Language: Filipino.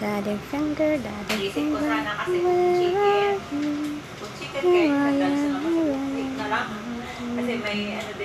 Daddy finger, daddy Isip ko finger, sana kasi kung where chicken. are you? Kung chicken kayo, tagal sa labas, take na lang. Kasi may ano din.